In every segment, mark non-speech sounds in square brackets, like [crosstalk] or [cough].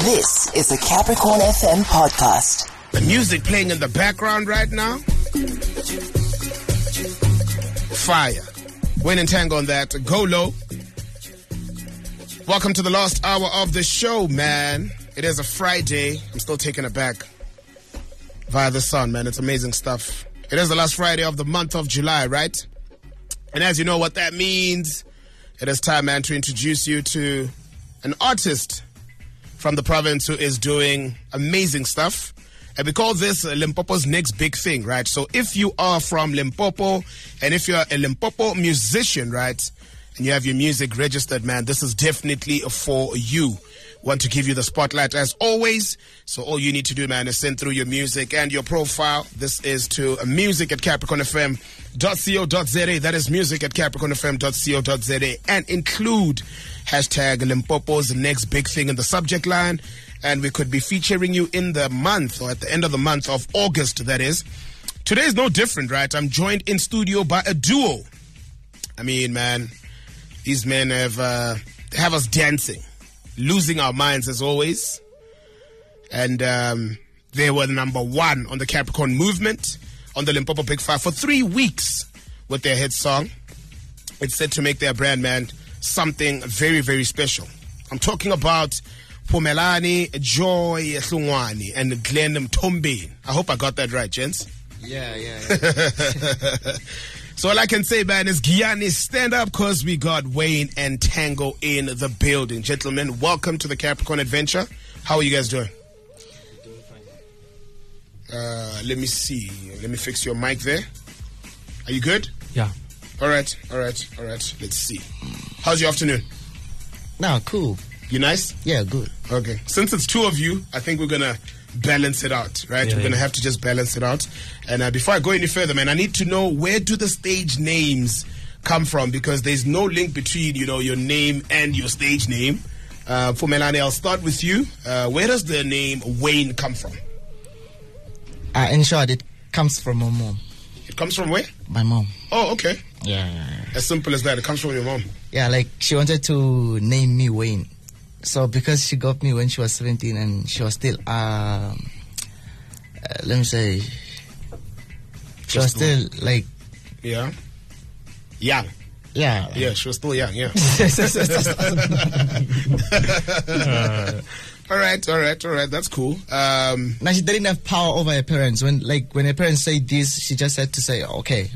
This is a Capricorn FM podcast. The music playing in the background right now. Fire. Win and tango on that. Go low. Welcome to the last hour of the show, man. It is a Friday. I'm still taken aback via the sun, man. It's amazing stuff. It is the last Friday of the month of July, right? And as you know what that means, it is time, man, to introduce you to an artist from the province who is doing amazing stuff. And we call this uh, Limpopo's next big thing, right? So if you are from Limpopo and if you're a Limpopo musician, right, and you have your music registered, man, this is definitely for you. Want to give you the spotlight as always. So all you need to do, man, is send through your music and your profile. This is to uh, music at capricornfm.co.za. That is music at capricornfm.co.za. And include hashtag Limpopo's next big thing in the subject line. And we could be featuring you in the month or at the end of the month of August, that is. Today is no different, right? I'm joined in studio by a duo. I mean, man, these men have uh, have us dancing, losing our minds as always. And um, they were number one on the Capricorn movement on the Limpopo Big Five for three weeks with their hit song. It's said to make their brand, man, something very, very special. I'm talking about Pomelani Joy Hlungwani and Glenn Mtombeni. I hope I got that right, gents. Yeah, yeah, yeah. [laughs] So all I can say, man, is Gianni, stand up because we got Wayne and Tango in the building. Gentlemen, welcome to the Capricorn Adventure. How are you guys doing? Uh, let me see. Let me fix your mic there. Are you good? yeah. All right, all right, all right. Let's see. How's your afternoon? Nah, cool. You nice? Yeah, good. Okay. Since it's two of you, I think we're gonna balance it out, right? Yeah, we're gonna yeah. have to just balance it out. And uh, before I go any further, man, I need to know where do the stage names come from because there's no link between you know your name and your stage name. Uh, for Melanie, I'll start with you. Uh, where does the name Wayne come from? I ensured it comes from my mom. It comes from where? My mom. Oh, okay. Yeah, yeah, As simple as that. It comes from your mom. yeah. Like she wanted to name me Wayne, so because she got me when she was seventeen and she was still um, uh, let me say, she was Just still like Yeah. Young. yeah. [laughs] Yeah, she was still young. Yeah. [laughs] all right, all right, all right. That's cool. Um, now she didn't have power over her parents. When like when her parents say this, she just had to say okay.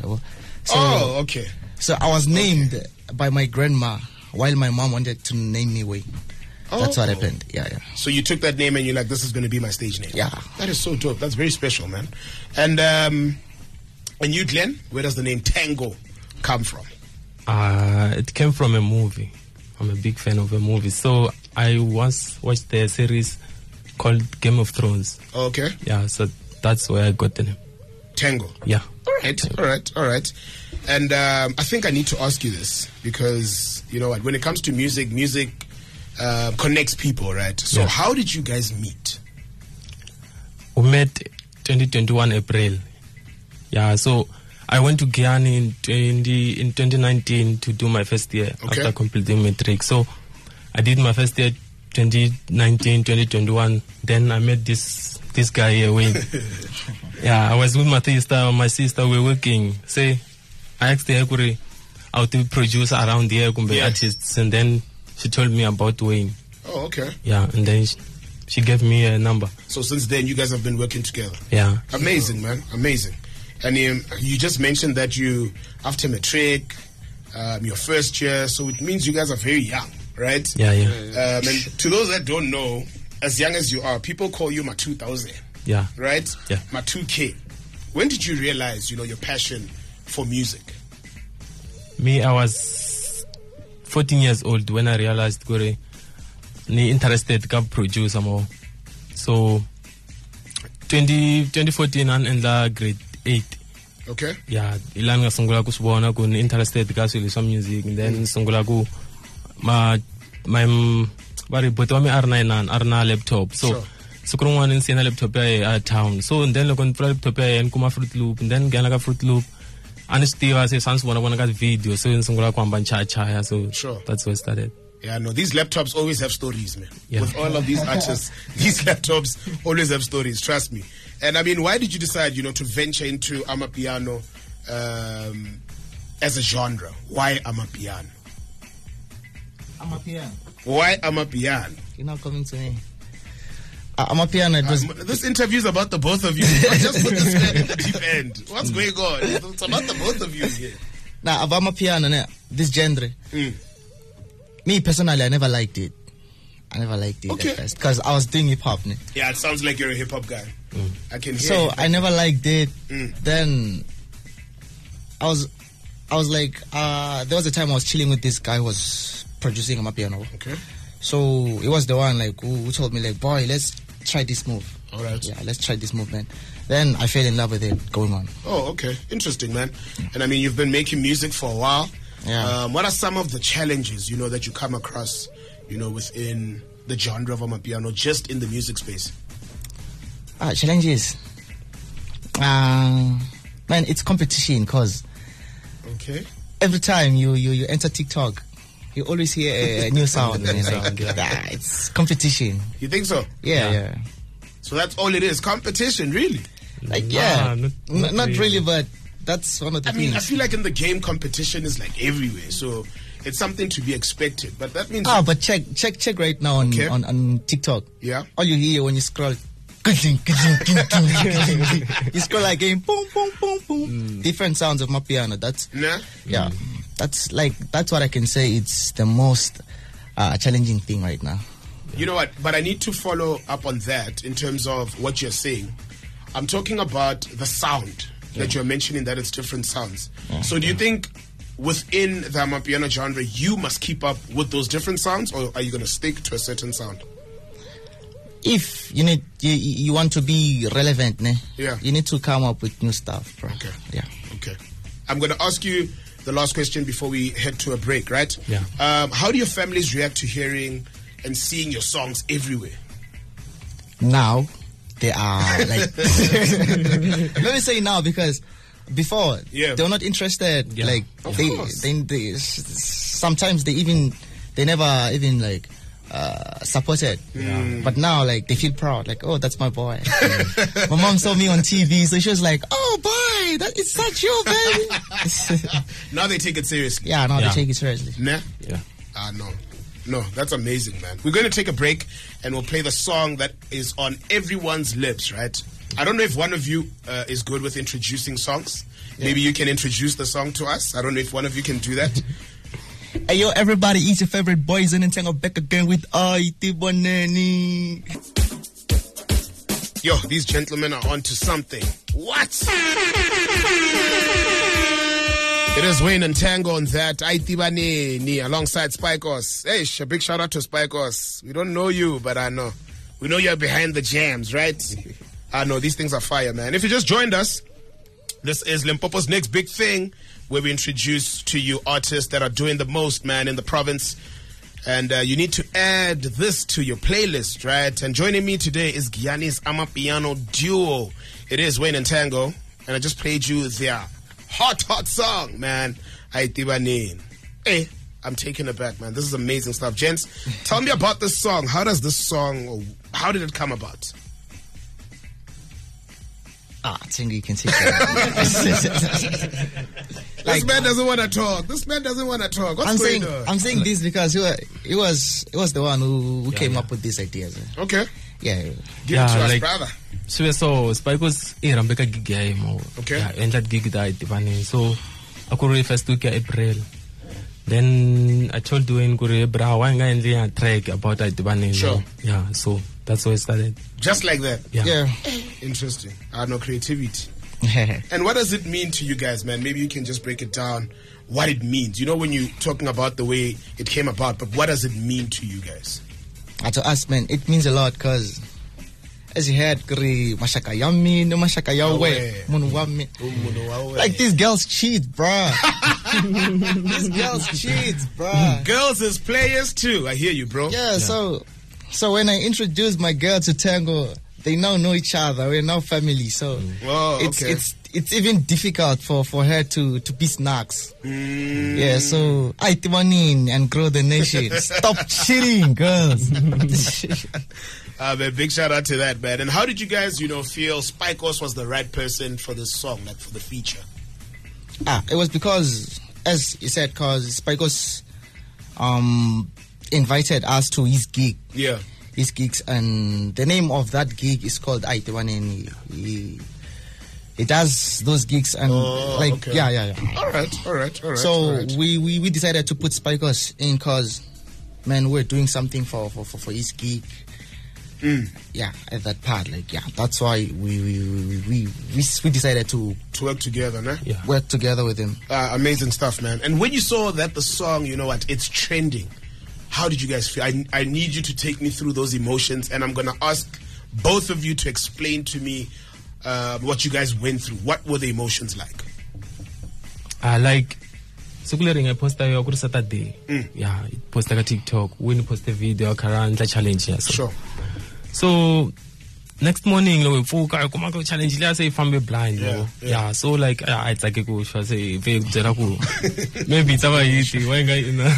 So, oh, okay. so I was named by my grandma while my mom wanted to name me Wayne. That's what Oh. happened. Yeah, yeah. So you took that name and you're like, this is going to be my stage name. Yeah. That is so dope. That's very special, man. And um, and you, Glenn, where does the name Tango come from? Uh, it came from a movie. I'm a big fan of a movie. So I once watched the series called Game of Thrones. Okay. Yeah, so that's where I got the name. Tango. Yeah. All right, all right, all right. And um, I think I need to ask you this because you know what? When it comes to music, music uh, connects people, right? So Yeah. how did you guys meet? We met 2021 April. Yeah, so I went to Guyana in 20 in 2019 to do my first year Okay. after completing matric. So I did my first year 2019, 2021. Then I met this this guy here, Wayne. yeah, I was with my sister. My sister we were working. Say, I asked her, "Kuri, how to produce around here, kumbe Yeah. artists?" And then she told me about Wayne. Oh, okay. Yeah, and then she, she gave me a number. So since then, you guys have been working together. Yeah. Amazing, man. Amazing. And um, you just mentioned that you, after matric, um, your first year, so it means you guys are very young, right? Yeah, yeah. Um, and to those that don't know, as young as you are, people call you my 2000, Yeah. right? Yeah. My 2K. When did you realize, you know, your passion for music? Me, I was 14 years old when I realized Gore ni interested ka producer more. So 20, 2014 and in the grade 8. Okay? Yeah, ilani nga sungula ku swi vona ku ni interested ka swilo swa music and then ni sungula ku ma my m- va ri boti wa mi a ri na yinani a ri na laptop so Sure. siku rin'wana ni siye na laptop ya yehe a town so and then loko ni pfula laptop ya yehe ni kuma fruit loop and then ni nghena ka fruit loop a ni swi tiva se swa ni swi vonavona ka video so ni sungula ku hamba ni chayachaya so Sure. that's where it started Yeah, no, these laptops always have stories, man. Yeah. With all of these artists, these laptops always have stories, trust me. And I mean, why did you decide, you know, to venture into Amapiano um, as a genre? Why Amapiano? I'm a piano. Why Amapiano? You're not coming to me. Uh, I'm a piano. It was, Um, this interview's about the both of you. [laughs] Just put this man in the deep end. What's going on? It's about the both of you here. nah, I'm a piano. Nah, this genre. Me personally, I never liked it. I never liked it Okay. at first because I was doing hip hop. Nah. Yeah, it sounds like you're a hip hop guy. I can hear. So you. I never liked it. Mm. Then I was, I was like, uh, there was a time I was chilling with this guy who was producing my piano. okay. So it was the one like who, who told me like, boy, let's try this move. All right. Yeah, let's try this move, man. Then I fell in love with it going on. Oh, okay. Interesting, man. And I mean, you've been making music for a while. Yeah. Um, what are some of the challenges, you know, that you come across, you know, within the genre of Amapiano, just in the music space? Ah, challenges. Uh, man, it's competition because Okay. every time you, you, you enter TikTok, you always hear a, a [laughs] new sound. [laughs] and it's, Sound, like, yeah. ah, it's competition. You think so? Yeah, yeah. So that's all it is competition, really. Like, Nah, yeah. not- N- not not really, really. but that's one of the I mean, I things. feel like in the game, competition is like everywhere. So it's something to be expected. But that means. Ah, but check, check, check right now on, Okay. on, on TikTok. Yeah. All you hear when you scroll, kudling, kudling, kudling, kudling, [laughs] kudling. you scroll again, boom, boom, boom, boom. Mm. Different sounds of my piano. That's Nah? yeah Mm. that's like that's what i can say it's the most uh, challenging thing right now You know what? But I need to follow up on that in terms of what you're saying. I'm talking about the sound that you're mentioning that it's different sounds. So do you think within the Amapiano genre you must keep up with those different sounds or are you going to stick to a certain sound? if you need you, you want to be relevant ne? Yeah. you need to come up with new stuff bro Okay. yeah Okay. I'm going to ask you the last question before we head to a break, right? Yeah. Um, how do your families react to hearing and seeing your songs everywhere? [laughs] now they are [laughs] like let me say now because before Yeah. they were not interested Yeah. like Of they, course. they they s- sometimes they even they never even like uh, supported Mm. but now like they feel proud like oh that's my [laughs] boy my mom saw me on tv so she was like oh boy that is such you [laughs] baby Now they take it seriously. yeah now Yeah. they take it seriously Nah? Yeah. Ah, no. No, that's amazing, man. We're going to take a break and we'll play the song that is on everyone's lips, right? I don't know if one of you uh, is good with introducing songs. Maybe you can introduce the song to us. I don't know if one of you can do that. hey yo everybody it's your favorite boys and tango back again with it bonani Yo, these gentlemen are onto something. What? It is Wayne and Tango on that. Aitibaneni alongside Spikos. Hey, sh- a big shout out to Spikos. We don't know you, but I know. We know you're behind the jams, right? I know these things are fire, man. If you just joined us, this is Limpopo's next big thing, where we introduce to you artists that are doing the most, man, in the province. And uh, you need to add this to your playlist, right? And joining me today is Gianni's Amapiano Duo. It is Wayne and Tango. And I just played you their hot, hot song, man. Aitibanin. Hey, Eh, I'm taken aback, man. This is amazing stuff. Gents, tell me about this song. How does this song, or how did it come about? ah tango you can take [laughs] that this man doesn't want to talk. This man doesn't want to talk. What's I'm going saying on? I'm saying this because he was he was, he was the one who, who came up with these ideas. eh. okay. Yeah, Give Yeah, it to us, like- brother. So so Spikos eh Rebecca gig yayo mo. Okay. Yeah, and that gig died Ivane. So ako ro first week ya April. Then I told Dwayne kuri bra why nga endli a track about that Ivane. Sure. Yeah, so that's how it started. Just like that. Yeah. yeah. Interesting. I know creativity. yeah. [laughs] And what does it mean to you guys, man? Maybe you can just break it down what it means. You know, when you're talking about the way it came about, but what does it mean to you guys? Ah, to us, man, it means a lot because as you heard, kuri mashaka ya mina, mashaka ya Ya we, we. munhu wa mina. Like these girls cheat, bruh. [laughs] these girls cheat, bruh. Girls is players too. I hear you, bro. Yeah, so so when I introduced my girl to tango, they now know each other. We're now family. So Wow, it's okay. it's it's even difficult for, for her to, to be snacks. Mm. Yeah, so I one in and grow the nation. Stop cheating, girls. [laughs] Uh, but big shout out to that, man. And how did you guys, you know, feel Spike Oss was the right person for this song, like for the feature? ah, it was because, as you said, because Spikos um, invited us to his gig. Yeah. his gigs and the name of that gig is called Aitewani. He, he, he does those gigs and Oh, like okay. yeah yeah yeah. All right, all right, all right. so all right. we, we we decided to put Spikers in because man we're doing something for for for, for his gig. Mm. Yeah, at that part, like yeah, that's why we we we we, we, we decided to to work together, man. Yeah. work together with him. Uh, amazing stuff, man. And when you saw that the song, you know what, it's trending, how did you guys feel? I, I need you to take me through those emotions, and I'm going to ask both of you to explain to me uh, what you guys went through. What were the emotions like? I like siku leri hi nga posta yo a ku ri saturday Mm. ya hi posta ka tiktok we ni poste video ya khara ndla challenge ya so Sure. so next morning loko hi pfuka hi kuma ku challenge liya se yi fambe blind Yeah, loko yeah. ya so like a hi tsake ku swa se hi pfe hi ku byela [laughs] ku maybe yi ta va hiti wa yi nga ina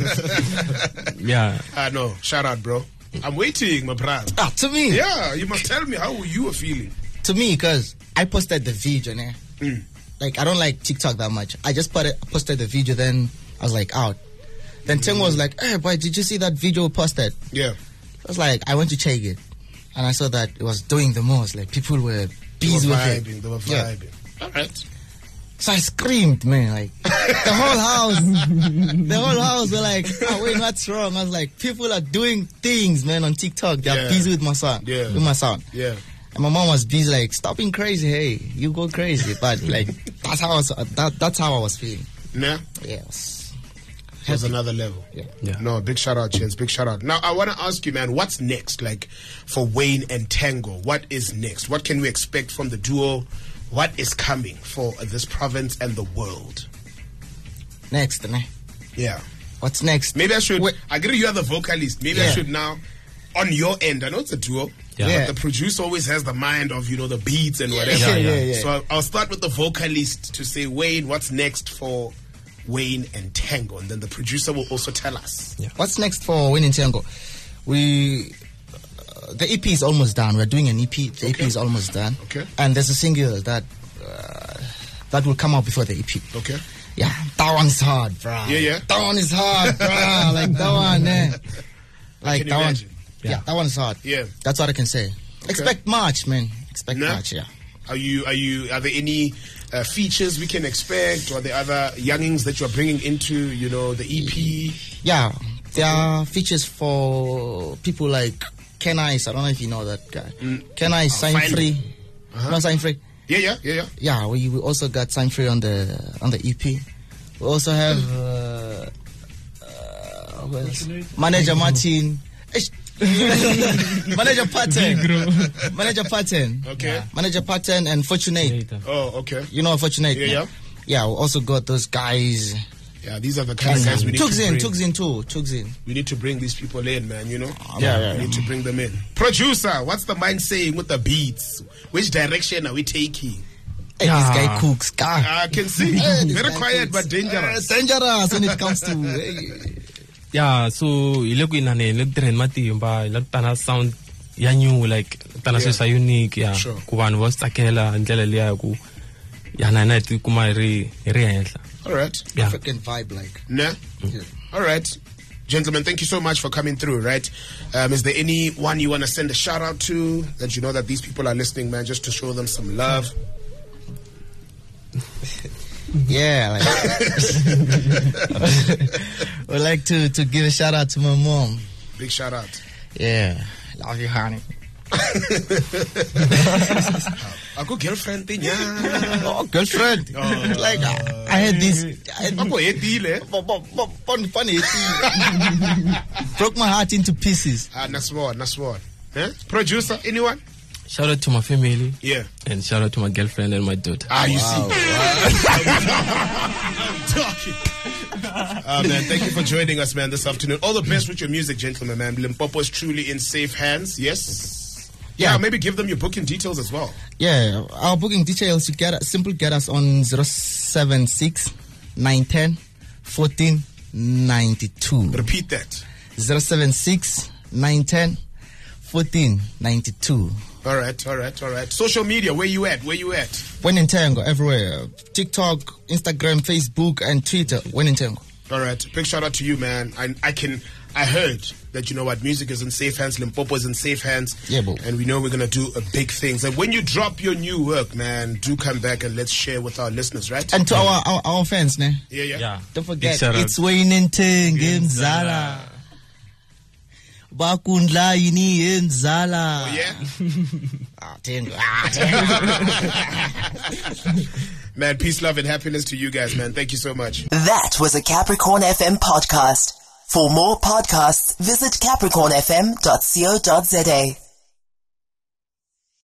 [laughs] ya Uh, no, shout out, bro. I'm waiting, my brother. Ah, to me, Yeah, you must tell me how you were feeling. to me, because I posted the video, né? Hmm. Like, I don't like TikTok that much. I just put it, posted the video, then I was like, out. Then Tim was like, hey, boy, did you see that video we posted? Yeah. I was like, I went to check it. And I saw that it was doing the most. Like, people were They were busy with vibing, it. they were Yeah. vibing. All right. So I screamed, man. Like, the whole [laughs] house, the whole house were like, oh, wait, what's wrong? I was like, people are doing things, man, on TikTok. They're Yeah. busy with my sound. Yeah. With my sound. Yeah. And my mom was busy, like, stop being crazy, hey, you go crazy. But like, that's how I was, that, that's how I was feeling. Nah. Yes. It was another level. Yeah. Yeah. No, big shout out, Chance. Big shout out. Now, I want to ask you, man, what's next? Like, for Wayne and Tango, what is next? What can we expect from the duo? What is coming for this province and the world? Next, ne? Yeah. What's next? Maybe I should. Wait. I agree, you are the vocalist. Maybe I Yeah. should now, on your end, I know it's a duo. Yeah. Yeah. But the producer always has the mind of, you know, the beats and whatever. Yeah, yeah. yeah. So I'll, I'll start with the vocalist to say, Wayne, what's next for Wayne and Tango? And then the producer will also tell us. What's next for Winning Tango? We, uh, the EP is almost done. We're doing an EP. The EP Okay. is almost done. Okay. And there's a single that, uh, that will come out before the EP. Okay. Yeah, that one's hard, bruh. Yeah, yeah. That one is hard, [laughs] bruh. like that one, eh? Like can that imagine. one. Yeah. that one's hard. Yeah. That's what I can say. Expect March, man. Expect No? March, yeah. Are you? Are you? Are there any uh, features we can expect, or the other youngings that you are bringing into, you know, the E EP? Yeah, there are features for people like Ken Ice. I don't know if you know that guy. Ken Ice, Mm. I'll sign find free. him. Uh-huh. No, sign free. Yeah, yeah, yeah, yeah. Yeah, we, we also got sign free on the on the EP. We also have uh, uh, who else? manager Martin. Eish. manager Patton. manager Patton. Okay. Yeah. Manager Patton and Fortunate. later Oh, okay. You know Fortunate. Yeah, man? yeah. Yeah, we also got those guys. Yeah, these are the kind of guys we need to Tugs in, bring. Tugs in too, Tugs in. We need to bring these people in, man. You know. Yeah, yeah, We yeah. need to bring them in. Producer, what's the mind saying with the beats? Which direction are we taking? Hey, Yeah. This guy cooks. God. I can see. Hey, [laughs] this Very guy quiet cooks. but dangerous. Uh, dangerous when it [laughs] comes to. hey. ya so hi le ku inaneni le ku tirheni matimba hi le ku ta na sound ya new like ta na swilo swa unique ya Sure. ku vanhu va swi tsakela hi ndlela liya hi ku ya na hina hi tikuma hi ri hi ri henhla All right. ya African vibe, like. Nah. All right. Gentlemen, thank you so much for coming through, right? Um, is there anyone you want to send a shout out to that you know that these people are listening, man, just to show them some love? Yeah, [laughs] like would like to to give a shout out to my mom. Big shout out. Yeah, love you, honey. A good girlfriend thing, yeah. [laughs] Oh, girlfriend. like I, I had this. I had, Uncle Ed deal, eh? bu- bu- bu- fun- funny, [laughs] broke my heart into pieces. Ah, that's one, that's one. Huh? Producer, anyone? shout out to my family Yeah. and shout out to my girlfriend and my daughter Ah, you see. I'm talking. [laughs] Ah, man, thank you for joining us, man, this afternoon. All the best with your music, gentlemen, man. Limpopo is truly in safe hands, yes? Yeah. Yeah. maybe give them your booking details as well. Yeah, our booking details you get simply get us on 076 910 14 92. Repeat that. 076 910 14 92. All right, all right, all right. Social media, where you at? Where you at? When in Tango, everywhere TikTok, Instagram, Facebook, and Twitter. When in Tango. All right, big shout out to you, man. I, I can. I heard that you know what, music is in safe hands. Limpopo is in safe hands. Yeah, bro. And we know we're gonna do a big things. And when you drop your new work, man, do come back and let's share with our listeners, right? And to our, our, our fans, ne? yeah, yeah, Yeah. don't forget, Big shout out. it's Wayne in Tango, Mzala. Bakundla yini Mzala. Oh, yeah. Ah, Tango. Ah, Tango. Man, peace, love, and happiness to you guys, man. Thank you so much. That was a Capricorn FM podcast. For more podcasts, visit capricornfm.co.za.